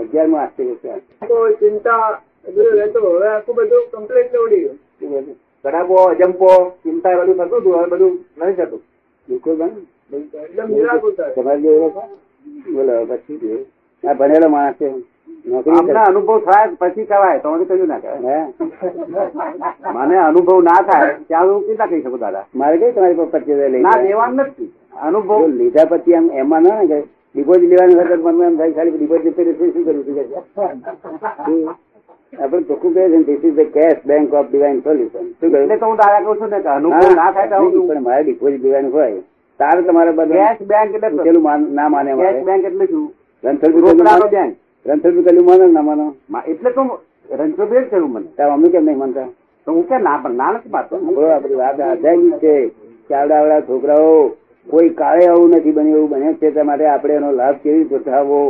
અગિયારમાં આશ્ચર્ય છે આખો ચિંતા અધૂરો રહેતો હવે આખું બધું કમ્પ્લીટ દોડી ગયું શું બધું? કડાકો અજંપો ચિંતા એ બધું થતું હતું હવે બધું નથી થતું બિલકુલ ભાઈ એકદમ નિરાશ ઉતારે તમારે જેવો લોકો? બોલો પછી જે. આ ભણેલો માણસ છે નોકરી કરે. આમના અનુભવ થાય પછી કહેવાય તમારે કહ્યું ના કહેવાય હે? મને અનુભવ ના થાય ત્યાં હું કેટલા કહી શકું દાદા મારે કઈ તમારી પર પચીસ હજાર લઈ ના લેવા? દેવાનું નથી અનુભવ જો લીધા પછી આમ એમાં ના કે ડિપોઝિટ લેવાનું હતું મને એમ થાય ખાલી ડિપોઝિટ કરી શું કરવું છે? શું? આપણે ચોખ્ખું કહે છે this is the cash bank of divine solution શું કહ્યું એટલે તો હું દાદા કહું છું ને કે અનુભવ ના થાય હા, તો નહીં, પણ મારે ડિપોઝિટ લેવાનું હોય તારે તમારે બધા કેશ બેંક એટલે પૂછેલું માન- ના માને મારે. કેશ બેંક એટલે શું રણછોડભાઈ કહેલું રોકડાનો માને? બેંક રણછોડભાઈ કહેલું માને ને ના માનો મા- એટલે તો રણછોડભાઈ જ કહ્યું મને તારા મમ્મી કેમ નહીં માનતા તો હું કે ના પણ ના નથી પાડતો સાંભળો આ બધી વાત આધ્યાત્મિક છે કે આવડા આવડા છોકરાઓ કોઈ કાળે આવું નથી બન્યું એવું બને છે તે માટે આપણે એનો લાભ કેવી રીતે ઉઠાવવો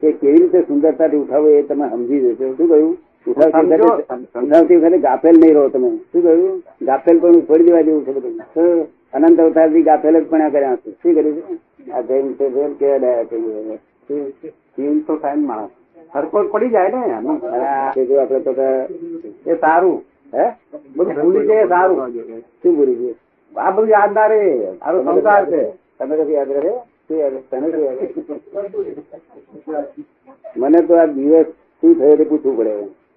કે કેવી રીતે સુંદરતાથી ઉઠાવવો એ તમે સમજી જશો શું કહ્યું ઉઠાવતી સમજો, વખતે- સમ- ઉઠાવતી વખતે ગાફેલ નહીં રહો તમે શું કહ્યું ગાફેલ પણ છોડી દેવા જેવું છે બધું શું? અનંત અવતારથી ગાફેલ જ પણ કર્યા છે શું કર્યું છે આ જૈન છે જૈન કેવા ડાયા છે શું? જીવ તો થાય ને માણસ હરકોટ પડી જાય ને એનું. અને આ છે જો આપણે તો કે, એ સારું હે બધું ભૂલી જાય એ સારું શું બોલી છે આ બધું યાદ ના રે સારો સંસાર છે તમે કશું યાદ રહે શું યાદ તને શું યાદ રહે? મને તો આ દિવસ શું થયો તે પૂછવું પડે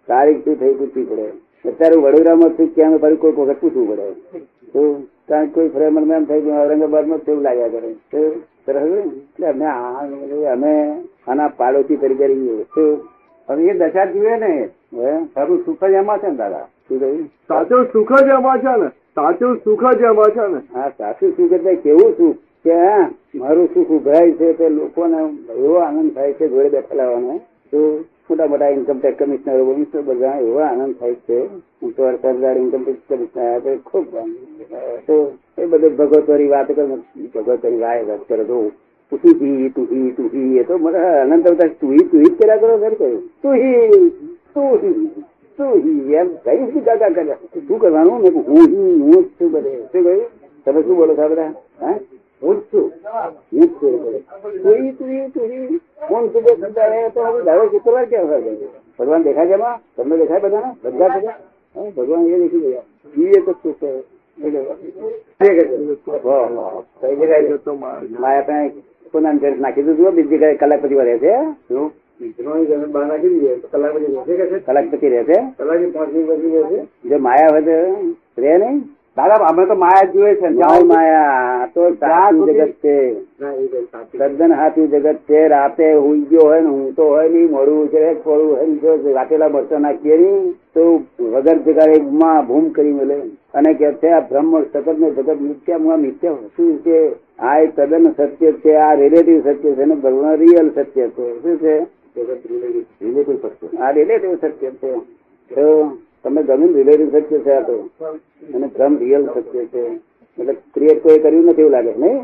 તારીખ શું થઈ પૂછવી પડે અત્યારે હું વડોદરામાં છું ક્યાં ફરી કોઈક વખત પૂછવું પડે તો કારણ કે કોઈ ફરે મને એમ થાય કે ઔરંગાબાદમાં જ તેવું લાગ્યા કરે તો સરસ હોય ને? એટલે અમે આ અમે આના પાડોશી તરીકે રહીએ તો હવે એ દશા જીવે ને હે સારું સુખ જ એમાં છે ને દાદા શું કહ્યું સાચું સુખ જ એમાં છે ને સાચું સુખ જ એમાં છે ને હા સાસુ સુખ એટલે કેવું સુખ કે હા મારું સુખ ઉભરાય છે તે લોકોને એવો આનંદ થાય છે જોડે બેઠેલા હોવાને તો મોટા મોટા ઇન્કમટેક્સ કમિશનરો બનીશો બધા એવો આનંદ થાય છે હું તો સરદાર ઇન્કમટેક્સ કમિશનર આવ્યા છે, ખૂબ આનંદ. તો એ બધે ભગવતોરી વાત કરો ભગવતોરી વાય વાત કરો તો તું હી તું હી તું હી એ તો મને અનંત અવતાર તું હી તું હી જ કર્યા કરો ઘર કહ્યું તું હી તું હી તું હી એમ કઈ શું ગાગા કર્યા શું કરવાનું મેં કીધું, હું હી હું જ છું બધે શું કહ્યું તમે શું બોલો છો આ બધા હા હું જ છું હું જ છું તું હી તું હી તું હી કોણ તું બે શબ્દ આવ્યા તો હવે દાડો શુક્રવાર ક્યાં હોય ભગવાન દેખાય છે એમાં તમને દેખાય બધાને બધા બધા હા, ભગવાન એ દેખી ગયા ઈ એક જ સુખ છે. એક જ સુખ. વાહ, વાહ. કઈ જગ્યાએ જતો? તો મારે માયા પાસે કોના અંદર નાખી દીધું બીજી જગ્યાએ કલાકપતિ વરે છે શું? બહાર નાખી દીધી કલાક પછી જશે કે છે? કલાકપતિ રહે છે કલાકે પાંચ મિનિટ પછી જશે જો માયા હોય તો રહે નહીં દાદા અમે તો માયા જ જોઈએ છે ને. જય જાઓ માયા. માયા આ તો સાચું જગત છે ના એ કઈ સાચું તદ્દન સાચું જગત છે રાતે હુઈ ગયો હોય ને હું તો હોય નહીં મોડું ઉછરે થોડું હોય ને જો વાટેલા મરચો નાખીએ નહીં તો વગર જગાડે માં ભૂમ કરી મળે અને કે છે આ બ્રહ્મ સતત ને જગત મિથ્યા માં મિથ્યા શું છે આ એ તદ્દન સત્ય છે આ રિલેટિવ સત્ય છે અને ભગવાન રિયલ સત્ય છે શું છે રિલેટિવ સત્ય આ રિલેટિવ સત્ય છે તો તમે ગમે રિલેટિવ સત્ય છે આ તો અને ભ્રમ રિયલ સત્ય છે એટલે ક્રિએટ કોઈ કર્યું નથી એવું લાગે નહીં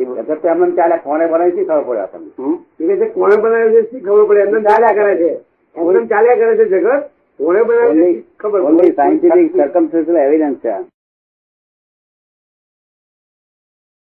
જગત તો એમને ચાલે કોને બનાવી છે ખબર પડે આપણને હમ? એ કહે છે કોણે બનાવ્યું છે શી ખબર પડે એમને ચાલ્યા કરે છે એમને ચાલ્યા કરે છે જગત કોણે બનાવ્યું છે Only- શી ખબર પડે only scientific circumstantial evidence છે આ.